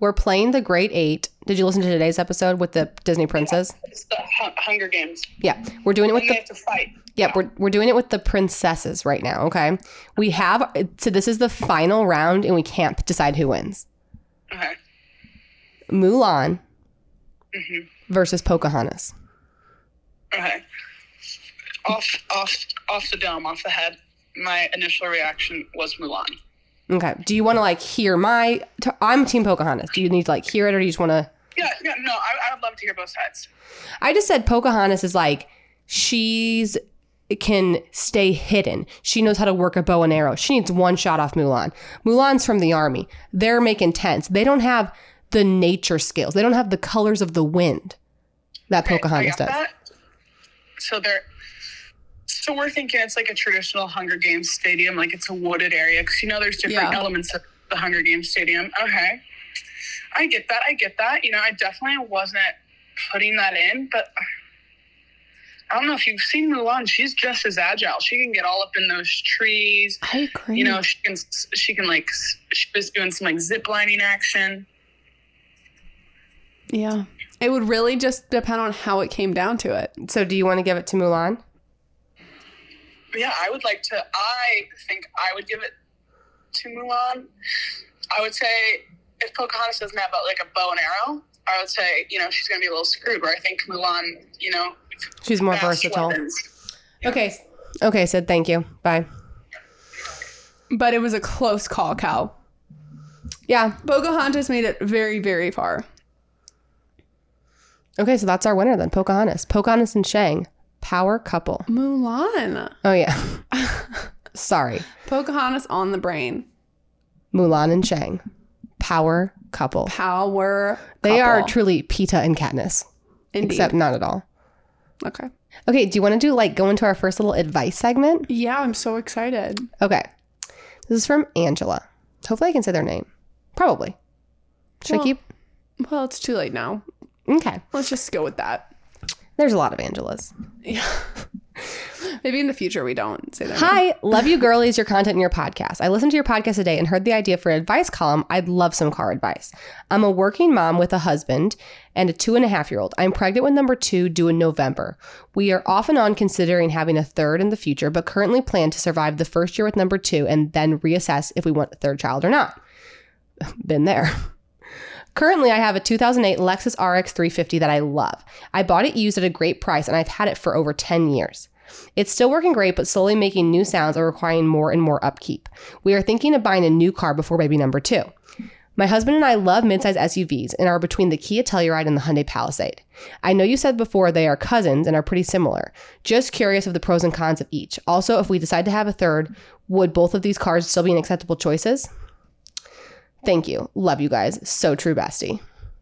Speaker 2: we're playing the Great Eight Did you listen to today's episode with the Disney princess?
Speaker 4: It's the Hun- Hunger Games.
Speaker 2: Yeah, we're doing it with
Speaker 4: You
Speaker 2: the
Speaker 4: have to fight.
Speaker 2: yeah we're we're doing it with the princesses right now. Okay, we have so this is the final round, and we can't decide who wins.
Speaker 4: Okay.
Speaker 2: Mulan
Speaker 4: hmm
Speaker 2: versus Pocahontas.
Speaker 4: Okay. Off, off, off the dome, off the head. My initial reaction was Mulan.
Speaker 2: Okay, do you want to like hear my? i I'm Team Pocahontas. Do you need to like hear it, or do you just want to?
Speaker 4: Yeah, yeah, no, I, I would love to hear both sides.
Speaker 2: I just said Pocahontas is like she's can stay hidden. She knows how to work a bow and arrow. She needs one shot off Mulan. Mulan's from the army. They're making tents. They don't have the nature skills. They don't have the colors of the wind that
Speaker 4: Okay, I
Speaker 2: Pocahontas
Speaker 4: got
Speaker 2: does.
Speaker 4: that. So there. So we're thinking it's like a traditional Hunger Games stadium, like it's a wooded area because you know there's different
Speaker 3: Yeah.
Speaker 4: elements of the Hunger Games stadium. Okay, I get that. I get that. You know, I definitely wasn't putting that in, but I don't know if you've seen Mulan. She's just as agile. She can get all up in those trees.
Speaker 3: I agree.
Speaker 4: You know, she can. She can like. s- She was doing some like zip lining action.
Speaker 3: yeah. It would really just depend on how it came down to it.
Speaker 2: So do you want to give it to Mulan?
Speaker 4: Yeah, I would like to. I think I would give it to Mulan. I would say if Pocahontas doesn't have uh, like a bow and arrow, I would say you know she's going to be a little screwed. Where I think Mulan, you know,
Speaker 2: She's more
Speaker 4: fast
Speaker 2: versatile.
Speaker 4: weapons.
Speaker 2: Okay. Okay, said thank you. Bye.
Speaker 3: But it was a close call, Cal.
Speaker 2: Yeah.
Speaker 3: Pocahontas made it very, very far.
Speaker 2: Okay, so that's our winner then. Pocahontas. Pocahontas and Shang. Power couple.
Speaker 3: Mulan.
Speaker 2: Oh yeah. *laughs* Sorry.
Speaker 3: Pocahontas on the brain.
Speaker 2: Mulan and Shang. Power couple.
Speaker 3: Power.
Speaker 2: They are
Speaker 3: couple.
Speaker 2: truly Peta and Katniss,
Speaker 3: Indeed.
Speaker 2: except not at all.
Speaker 3: okay.
Speaker 2: Okay, do you want to do like go into our first little advice segment?
Speaker 3: Yeah, I'm so excited.
Speaker 2: Okay. This is from Angela. Hopefully I can say their name. Probably. Should
Speaker 3: Well-
Speaker 2: I keep?
Speaker 3: Well, it's too late now.
Speaker 2: Okay.
Speaker 3: Let's just go with that.
Speaker 2: There's a lot of Angelas.
Speaker 3: Yeah. Maybe in the future we don't say that.
Speaker 2: Hi, love you girlies, your content and your podcast. I listened to your podcast today and heard the idea for an advice column. I'd love some car advice. I'm a working mom with a husband and a two and a half year old. I'm pregnant with number two due in November. We are off and on considering having a third in the future, but currently plan to survive the first year with number two and then reassess if we want a third child or not. *laughs* Been there. Currently, I have a 2008 Lexus RX 350 that I love. I bought it used at a great price and I've had it for over 10 years. It's still working great, but slowly making new sounds and requiring more and more upkeep. We are thinking of buying a new car before baby number two. My husband and I love midsize SUVs and are between the Kia Telluride and the Hyundai Palisade. I know you said before they are cousins and are pretty similar. Just curious of the pros and cons of each. Also, if we decide to have a third, would both of these cars still be an acceptable choices? Thank you. Love you guys. So true, bestie.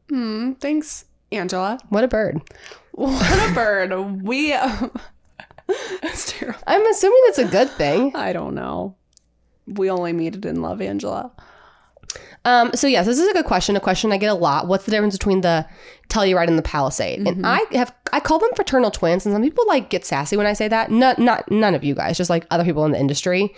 Speaker 3: Hmm, thanks, Angela.
Speaker 2: What a bird.
Speaker 3: What a *laughs* bird. We. *laughs* it's terrible.
Speaker 2: I'm assuming that's a good thing.
Speaker 3: I don't know. We only meet it in love, Angela.
Speaker 2: Um, so yes, this is a good question. A question I get a lot. What's the difference between the Telluride and the Palisade? And I have I call them fraternal twins, and some people like get sassy when I say that. Not not none of you guys, just like other people in the industry.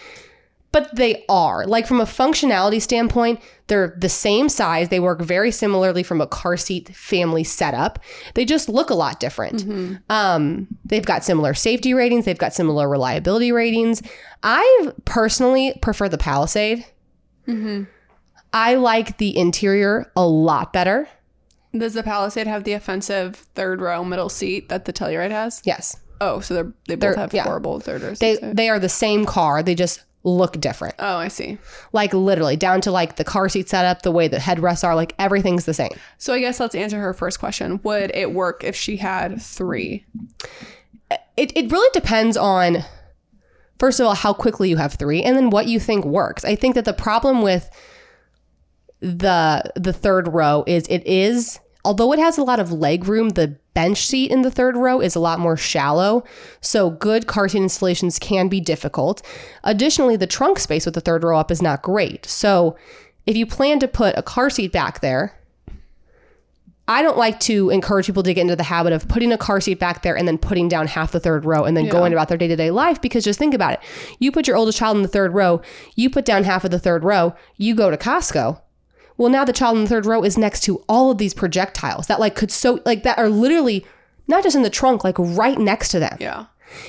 Speaker 2: But they are like from a functionality standpoint, they're the same size. They work very similarly from a car seat family setup. They just look a lot different. Um, they've got similar safety ratings. They've got similar reliability ratings. I personally prefer the Palisade. I like the interior a lot better.
Speaker 3: Does the Palisade have the offensive third row middle seat that the Telluride has?
Speaker 2: Yes.
Speaker 3: Oh, so they're, they both
Speaker 2: They're-
Speaker 3: have
Speaker 2: yeah.
Speaker 3: horrible third row
Speaker 2: They
Speaker 3: seats.
Speaker 2: they are the same car, they just look different.
Speaker 3: oh, I see.
Speaker 2: Like literally down to like the car seat setup, the way the headrests are, like everything's the same.
Speaker 3: So I guess let's answer her first question. Would it work if she had three?
Speaker 2: It it really depends on first of all how quickly you have 3 and then what you think works. I think that the problem with the the third row is it is although it has a lot of leg room the bench seat in the third row is a lot more shallow so good car seat installations can be difficult additionally the trunk space with the third row up is not great so if you plan to put a car seat back there i don't like to encourage people to get into the habit of putting a car seat back there and then putting down half the third row and then going about their day-to-day life because just think about it you put your oldest child in the third row you put down half of the third row you go to costco Well, now the child in the third row is next to all of these projectiles that like could so like that are literally not just in the trunk, like right next to them.
Speaker 3: Yeah.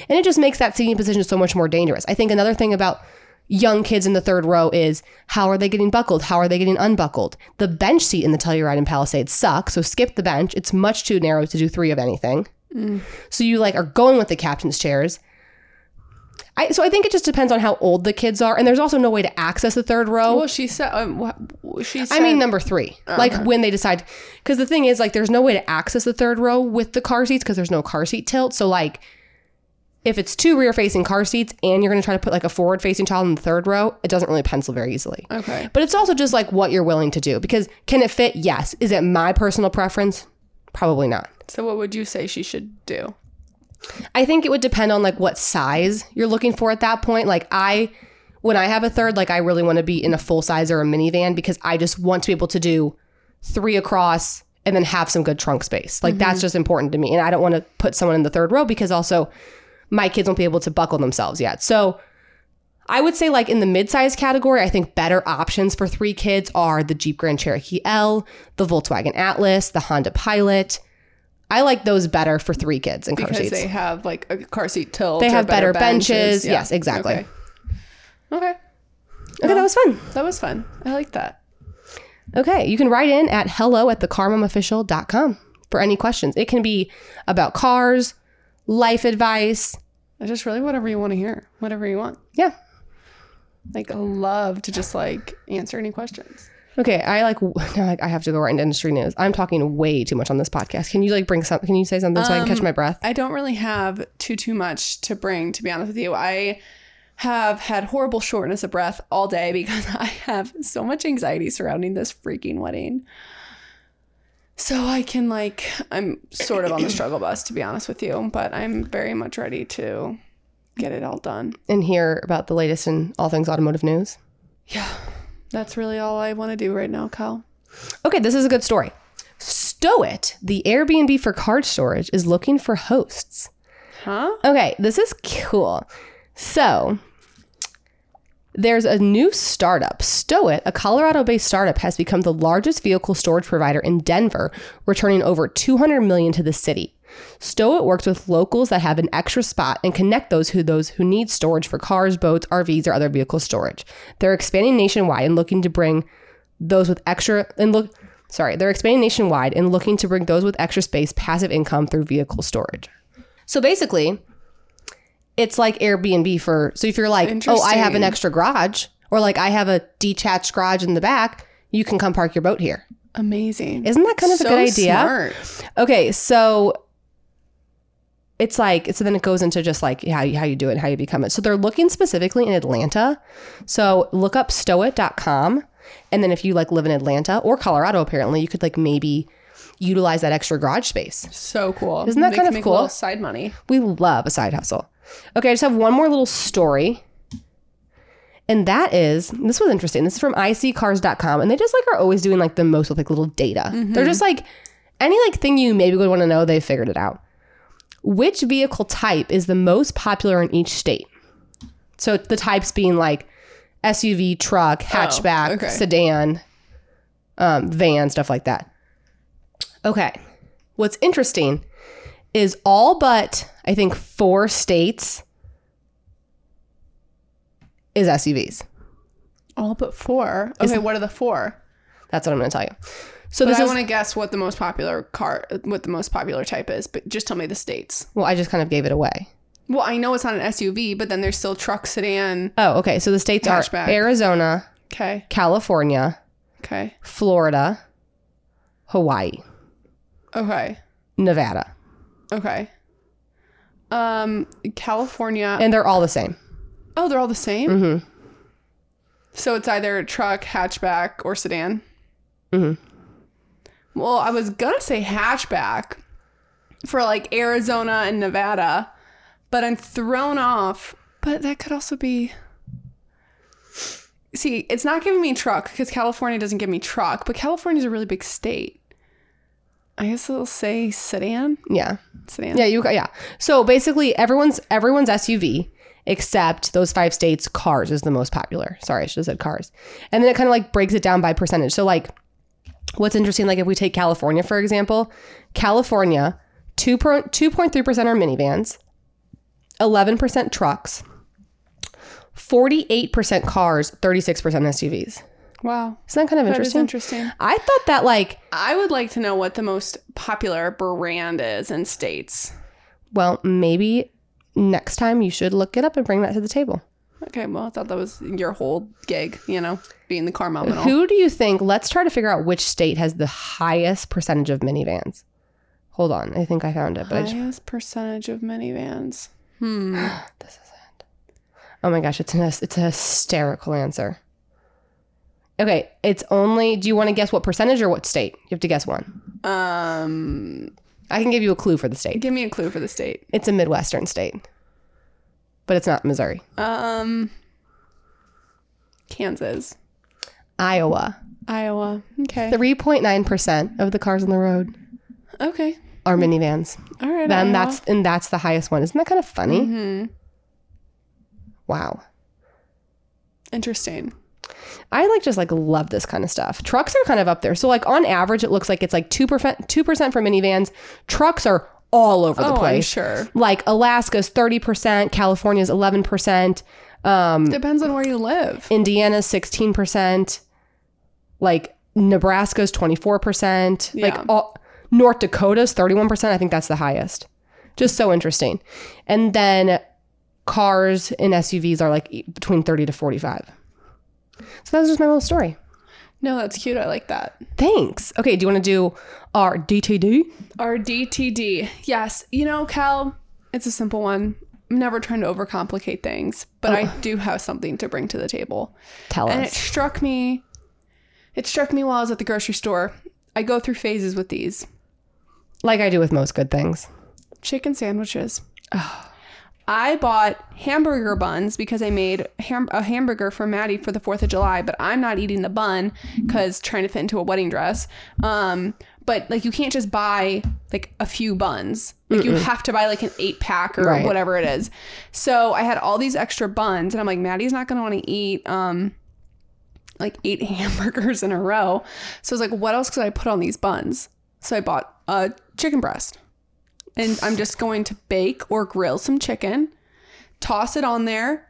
Speaker 2: And it just makes that seating position so much more dangerous. I think another thing about young kids in the third row is how are they getting buckled? How are they getting unbuckled? The bench seat in the Telluride and Palisade sucks, so skip the bench. It's much too narrow to do three of anything. So you like are going with the captain's chairs. I, so I think it just depends on how old the kids are, and there's also no way to access the third row.
Speaker 3: Well, she said. Um, wha- she
Speaker 2: I
Speaker 3: said.
Speaker 2: mean, number 3 Like when they decide, because the thing is, like, there's no way to access the third row with the car seats because there's no car seat tilt. So, like, if it's two rear facing car seats and you're going to try to put like a forward facing child in the third row, it doesn't really pencil very easily.
Speaker 3: Okay.
Speaker 2: But it's also just like what you're willing to do because can it fit? Yes. Is it my personal preference? Probably not.
Speaker 3: So what would you say she should do?
Speaker 2: I think it would depend on like what size you're looking for at that point. Like I when I have a third, like I really want to be in a full size or a minivan because I just want to be able to do three across and then have some good trunk space. Like
Speaker 3: Mm-hmm.
Speaker 2: that's just important to me. And I don't want to put someone in the third row because also my kids won't be able to buckle themselves yet. So I would say like in the midsize category, I think better options for three kids are the Jeep Grand Cherokee L, the Volkswagen Atlas, the Honda Pilot. I like those better for three kids in car
Speaker 3: Because
Speaker 2: seats.
Speaker 3: they have like a car seat tilt.
Speaker 2: They
Speaker 3: or
Speaker 2: have better benches.
Speaker 3: Yeah.
Speaker 2: Yes, exactly.
Speaker 3: Okay. okay.
Speaker 2: Okay, that was fun.
Speaker 3: That was fun. I like that.
Speaker 2: Okay, you can write in at hello at thecarmomofficial.com for any questions. It can be about cars, life advice.
Speaker 3: I just really whatever you want to hear, whatever you want.
Speaker 2: Yeah.
Speaker 3: Like I love to just like answer any questions.
Speaker 2: Okay, I like *laughs* now like, I have to go right into industry news. I'm talking way too much on this podcast. Can you like bring some can you say something so I can catch my breath?
Speaker 3: I don't really have too too much to bring to be honest with you. I have had horrible shortness of breath all day because *laughs* I have so much anxiety surrounding this freaking wedding. So I can like I'm sort of on the struggle bus to be honest with you, but I'm very much ready to get it all done.
Speaker 2: And hear about the latest in all things automotive news.
Speaker 3: Yeah. That's really all I want to do right now, Kyle.
Speaker 2: Okay, this is a good story. Stow it, the Airbnb for card storage is looking for hosts.
Speaker 3: Huh?
Speaker 2: Okay, this is cool. So, there's a new startup. Stowit, a Colorado based startup, has become the largest vehicle storage provider in Denver, returning over 200 million to the city. Stowit works with locals that have an extra spot and connect those who those who need storage for cars, boats, RVs, or other vehicle storage. They're expanding nationwide and looking to bring those with extra and look sorry, they're expanding nationwide and looking to bring those with extra space passive income through vehicle storage. So basically, it's like Airbnb for so if you're like, oh, I have an
Speaker 3: Interesting.
Speaker 2: extra garage, or like I have a detached garage in the back, you can come park your boat here.
Speaker 3: Amazing.
Speaker 2: Isn't that kind of a
Speaker 3: So
Speaker 2: good idea?
Speaker 3: smart.
Speaker 2: Okay, so it's like so then it goes into just like how you, how you do it and how you become it. So they're looking specifically in Atlanta. So look up stoit.com and then if you like live in Atlanta or Colorado apparently, you could like maybe utilize that extra garage space.
Speaker 3: So cool.
Speaker 2: Isn't that
Speaker 3: Make-
Speaker 2: kind of
Speaker 3: make
Speaker 2: cool?
Speaker 3: little Side money.
Speaker 2: We love a side hustle. Okay, I just have one more little story. And that is, this was interesting. This is from iccars.com. And they just like are always doing like the most with like little data. They're just like, any like thing you maybe would want to know, they figured it out. Which vehicle type is the most popular in each state? So the types being like SUV, truck, hatchback,
Speaker 3: okay.
Speaker 2: sedan, um, van, stuff like that. Okay. What's interesting is all but I think four states is SUVs.
Speaker 3: All but four. Okay, what are the four?
Speaker 2: That's what I'm going to tell you. So
Speaker 3: But
Speaker 2: this
Speaker 3: I
Speaker 2: is
Speaker 3: want to guess what the most popular car, what the most popular type is. But just tell me the states.
Speaker 2: well, I just kind of gave it away.
Speaker 3: Well, I know it's not an SUV, but then there's still truck, sedan.
Speaker 2: Oh, okay. So the states
Speaker 3: Hatchback.
Speaker 2: are Arizona,
Speaker 3: Okay,
Speaker 2: California,
Speaker 3: okay,
Speaker 2: Florida, Hawaii,
Speaker 3: okay,
Speaker 2: Nevada,
Speaker 3: okay. Um, California.
Speaker 2: and they're all the same.
Speaker 3: oh, they're all the same. Mm-hmm. So it's either truck, hatchback, or sedan.
Speaker 2: Mhm. Mm-hmm.
Speaker 3: Well, I was gonna say hatchback for like Arizona and Nevada, but I'm thrown off. But that could also be. See, it's not giving me truck because California doesn't give me truck, but California's a really big state. I guess it'll say sedan.
Speaker 2: Yeah.
Speaker 3: Sedan.
Speaker 2: Yeah, you yeah. So basically everyone's everyone's SUV except those five states, cars is the most popular. Sorry, I should have said cars. And then it kind of like breaks it down by percentage. So, like, what's interesting, like, if we take California, for example, California, 2 pro- 2.3% are minivans, 11% trucks, 48% cars, 36% SUVs.
Speaker 3: Wow.
Speaker 2: Isn't that kind of
Speaker 3: That is
Speaker 2: interesting?
Speaker 3: interesting.
Speaker 2: I thought that, like,
Speaker 3: I would like to know what the most popular brand is in states.
Speaker 2: well, maybe next time you should look it up and bring that to the table.
Speaker 3: Okay, well, I thought that was your whole gig, you know, being the car mom and all.
Speaker 2: Who do you think? Let's try to figure out which state has the highest percentage of minivans. Hold on, I think I found it, but I just,
Speaker 3: Highest percentage of minivans. Hmm.
Speaker 2: this is it. Oh my gosh, it's an it's a hysterical answer. Okay, it's only. Do you want to guess what percentage or what state? You have to guess one.
Speaker 3: Um,
Speaker 2: I can give you a clue for the state.
Speaker 3: give me a clue for the state.
Speaker 2: It's a midwestern state, but it's not Missouri.
Speaker 3: Um, Kansas,
Speaker 2: Iowa.
Speaker 3: Iowa. Okay.
Speaker 2: Three point nine percent of the cars on the road
Speaker 3: okay.
Speaker 2: are minivans.
Speaker 3: All right.
Speaker 2: Then that's and that's the highest one. Isn't that kind of funny?
Speaker 3: hmm
Speaker 2: Wow.
Speaker 3: interesting.
Speaker 2: I like just like love this kind of stuff. Trucks are kind of up there. So like on average, it looks like it's like two percent two percent for minivans. Trucks are all over the
Speaker 3: oh, I'm
Speaker 2: place.
Speaker 3: sure.
Speaker 2: Like Alaska's thirty percent, California's eleven percent, um,
Speaker 3: Depends on where you live.
Speaker 2: Indiana's sixteen percent, like Nebraska's twenty four percent, like
Speaker 3: Yeah.
Speaker 2: all, North Dakota's thirty one percent. I think that's the highest. Just so interesting. And then cars and SUVs are like e- between thirty to forty five. So that was just my little story.
Speaker 3: No, that's cute. I like that.
Speaker 2: Thanks. Okay, do you want to do our DTD?
Speaker 3: Our DTD. Yes. You know, Cal, it's a simple one. I'm never trying to overcomplicate things, but I do have something to bring to the table.
Speaker 2: Tell
Speaker 3: and it
Speaker 2: us.
Speaker 3: struck me it struck me while i was at the grocery store i go through phases with these
Speaker 2: Like I do with most good things.
Speaker 3: chicken sandwiches i bought hamburger buns because i made ham- a hamburger for maddie for the fourth of july but i'm not eating the bun because trying to fit into a wedding dress um but like you can't just buy like a few buns like you have to buy like an eight pack or
Speaker 2: Right.
Speaker 3: whatever it is so i had all these extra buns and i'm like maddie's not going to want to eat um like eight *laughs* hamburgers in a row. So I was like, what else could I put on these buns? So I bought a chicken breast. And I'm just going to bake or grill some chicken, toss it on there,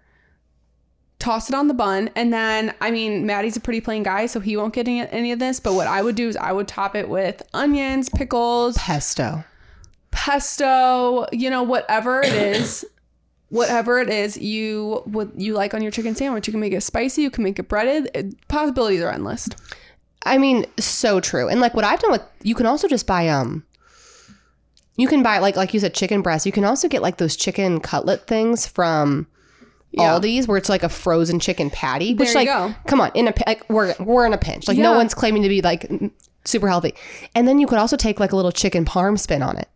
Speaker 3: toss it on the bun. And then, I mean, Maddie's a pretty plain guy, so he won't get any, any of this. But what I would do is I would top it with onions, pickles,
Speaker 2: Pesto.
Speaker 3: pesto, you know, whatever it is, *coughs* whatever it is you would you like on your chicken sandwich. You can make it spicy, you can make it breaded. It- possibilities are endless.
Speaker 2: I mean, so true. And like what I've done with you can also just buy um you can buy like like you said chicken breast. You can also get like those chicken cutlet things from
Speaker 3: Yeah.
Speaker 2: Aldi's where it's like a frozen chicken patty, which
Speaker 3: There
Speaker 2: like
Speaker 3: you go.
Speaker 2: come on, in a pi- like we're we're in a pinch. Like no
Speaker 3: Yeah.
Speaker 2: one's claiming to be like n- super healthy. And then you could also take like a little chicken parm spin on it.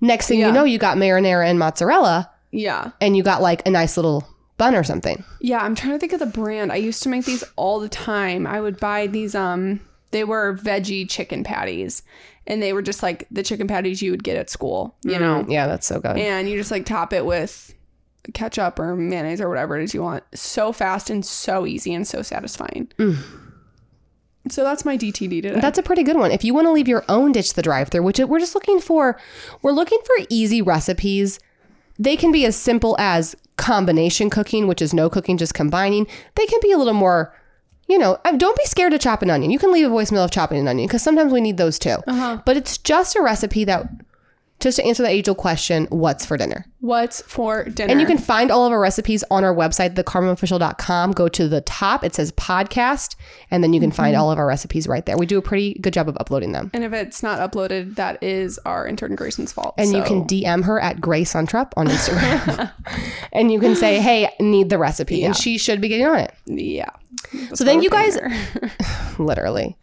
Speaker 2: Next thing
Speaker 3: Yeah.
Speaker 2: you know, you got marinara and mozzarella
Speaker 3: Yeah.
Speaker 2: and you got like a nice little bun or something.
Speaker 3: Yeah, I'm trying to think of the brand. I used to make these all the time. I would buy these um they were veggie chicken patties and they were just like the chicken patties you would get at school, you know.
Speaker 2: Mm-hmm. Yeah, that's so good.
Speaker 3: And you just like top it with ketchup or mayonnaise or whatever it is you want. So fast and so easy and so satisfying.
Speaker 2: Mm.
Speaker 3: So that's my DTD today.
Speaker 2: That's a pretty good one. If you want to leave your own ditch the drive-through, which it- we're just looking for, we're looking for easy recipes. They can be as simple as combination cooking, which is no cooking, just combining. They can be a little more, you know, uh, don't be scared to chop an onion. You can leave a voicemail of chopping an onion because sometimes we need those too.
Speaker 3: Uh-huh.
Speaker 2: But it's just a recipe that, just to answer the age-old question, what's for dinner?
Speaker 3: What's for dinner?
Speaker 2: And you can find all of our recipes on our website, thekarmaofficial.com. Go to the top, it says podcast, and then you can find
Speaker 3: Mm-hmm.
Speaker 2: all of our recipes right there. We do a pretty good job of uploading them.
Speaker 3: and if it's not uploaded, that is our intern Grayson's fault.
Speaker 2: And you
Speaker 3: So-
Speaker 2: can DM her at Grace Untrup on
Speaker 3: *laughs*
Speaker 2: Instagram. *laughs* and you can say, hey, need the recipe. And she should be getting on it. *laughs*
Speaker 3: yeah.
Speaker 2: So thank you guys. Literally.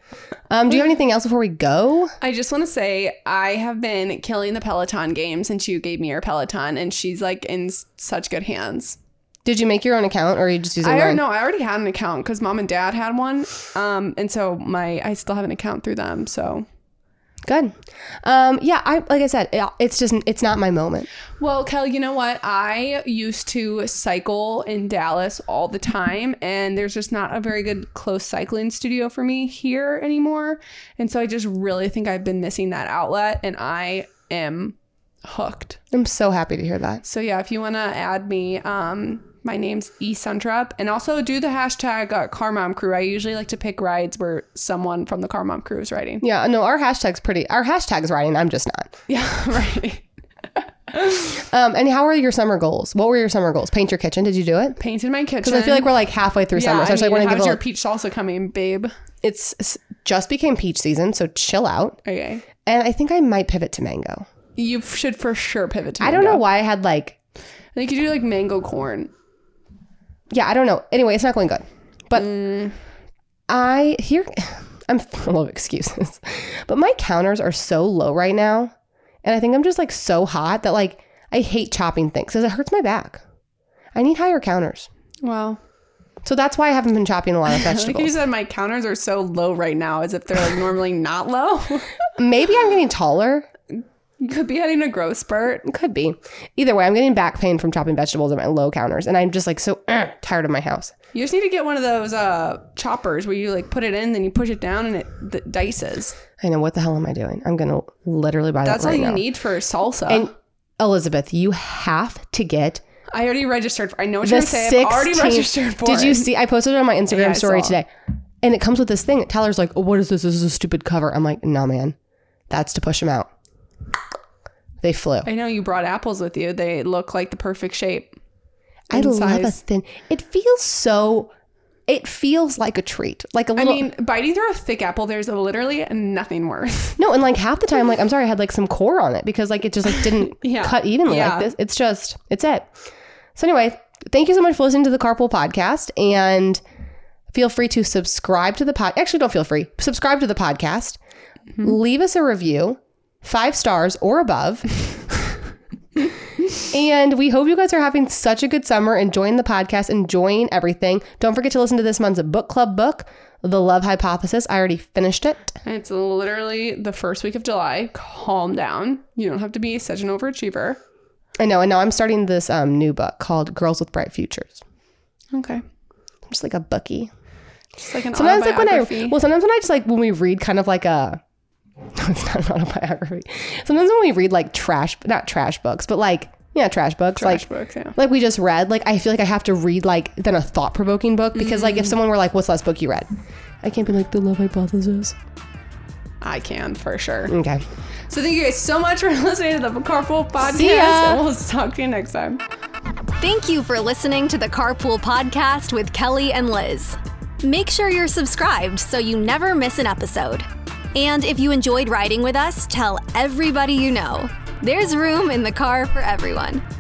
Speaker 2: Um, do you have anything else before we go?
Speaker 3: I just want to say I have been killing the Peloton game since you gave me your Peloton, and she's like in s- such good hands.
Speaker 2: Did you make your own account or are you just using
Speaker 3: I
Speaker 2: mine?
Speaker 3: don't know. I already had an account because mom and dad had one, um, and so my I still have an account through them. So
Speaker 2: Good. Um, yeah, I like I said, it- it's just it's not my moment.
Speaker 3: Well, Kelly, you know what? I used to cycle in Dallas all the time, and there's just not a very good close cycling studio for me here anymore. And so I just really think I've been missing that outlet, and I am hooked.
Speaker 2: I'm so happy to hear that.
Speaker 3: So yeah, if you want to add me, um, my name's E Suntrup, and also do the hashtag uh, Car Mom Crew. I usually like to pick rides where someone from the Car Mom Crew is riding.
Speaker 2: Yeah, no, our hashtag's pretty. Our hashtag's writing. I'm just not. *laughs*
Speaker 3: Yeah, right.
Speaker 2: Um, and how are your summer goals? What were your summer goals? Paint your kitchen. Did you do it?
Speaker 3: Painted my kitchen.
Speaker 2: Because I feel like we're like halfway through
Speaker 3: yeah,
Speaker 2: summer. So I,
Speaker 3: I
Speaker 2: just like
Speaker 3: mean,
Speaker 2: want to give
Speaker 3: how's
Speaker 2: a.
Speaker 3: your
Speaker 2: Your-
Speaker 3: peach salsa coming, babe?
Speaker 2: it's s- just became peach season, so chill out.
Speaker 3: Okay.
Speaker 2: And I think I might pivot to mango.
Speaker 3: You f- should for sure pivot to.
Speaker 2: I don't know why I had like.
Speaker 3: They could do like mango corn.
Speaker 2: Yeah, I don't know. Anyway, it's not going good. But
Speaker 3: Mm.
Speaker 2: I here, *laughs* I'm full of excuses. But my counters are so low right now, and I think I'm just like so hot that like I hate chopping things because it hurts my back. I need higher counters.
Speaker 3: Wow.
Speaker 2: So that's why I haven't been chopping a lot
Speaker 3: *laughs*
Speaker 2: of
Speaker 3: Like you
Speaker 2: vegetables.
Speaker 3: said, my counters are so low right now, as if they're like normally not low. *laughs*
Speaker 2: Maybe I'm getting taller.
Speaker 3: you could be having a growth spurt.
Speaker 2: Could be. Either way, I'm getting back pain from chopping vegetables at my low counters, and I'm just like so uh, tired of my house.
Speaker 3: You just need to get one of those uh, choppers where you like put it in, then you push it down, and it th- dices.
Speaker 2: I know what the hell am I doing? I'm gonna literally buy
Speaker 3: That's
Speaker 2: that right
Speaker 3: all you
Speaker 2: now.
Speaker 3: need for salsa.
Speaker 2: And Elizabeth, you have to get
Speaker 3: I already registered. For, I know what
Speaker 2: the
Speaker 3: you're gonna say. I've already
Speaker 2: 16th
Speaker 3: registered for.
Speaker 2: Did
Speaker 3: it.
Speaker 2: you see? I posted it on my Instagram
Speaker 3: Yeah, I
Speaker 2: story
Speaker 3: saw.
Speaker 2: today, and it comes with this thing. Tyler's like, "Oh, what is this? This is a stupid cover." I'm like, "No, man, that's to push them out." They flew.
Speaker 3: I know you brought apples with you. They look like the perfect shape.
Speaker 2: I
Speaker 3: in
Speaker 2: love a
Speaker 3: size.
Speaker 2: thin. It feels so. It feels like a treat, like a
Speaker 3: I
Speaker 2: little.
Speaker 3: mean, biting through a thick apple, there's literally nothing worse. *laughs*
Speaker 2: no, and like half the time, like I'm sorry, I had like some core on it because like it just like didn't
Speaker 3: *laughs* Yeah.
Speaker 2: cut evenly
Speaker 3: Yeah.
Speaker 2: like this. It's just it's it. So anyway, thank you so much for listening to the Carpool Podcast and. Feel free to subscribe to the pod. Actually, don't feel free. Subscribe to the podcast.
Speaker 3: Mm-hmm.
Speaker 2: leave us a review, five stars or above. and we hope you guys are having such a good summer, enjoying the podcast, enjoying everything. Don't forget to listen to this month's book club book, The Love Hypothesis. I already finished it.
Speaker 3: It's literally the first week of July. Calm down. You don't have to be such an overachiever.
Speaker 2: I know, and now I'm starting this um, new book called Girls with Bright Futures.
Speaker 3: Okay.
Speaker 2: I'm just like a bookie.
Speaker 3: It's like an
Speaker 2: Sometimes like when I
Speaker 3: autobiography.
Speaker 2: well, sometimes when I just like when we read kind of like a *laughs* no, it's not an autobiography. Sometimes when we read like trash, not trash books, but like yeah, trash books, like
Speaker 3: Trash books, yeah.
Speaker 2: like we just read like i feel like i have to read like then a thought-provoking book because
Speaker 3: Mm.
Speaker 2: like if someone were like what's the last book you read i can't be like the love hypothesis
Speaker 3: I can for sure.
Speaker 2: okay
Speaker 3: So thank you guys so much for *laughs* listening to the Carpool Podcast.
Speaker 2: See ya.
Speaker 3: And we'll talk to you next time.
Speaker 1: Thank you for listening to the Carpool Podcast with Kelly and Liz. Make sure you're subscribed so you never miss an episode. And if you enjoyed riding with us, tell everybody you know. There's room in the car for everyone.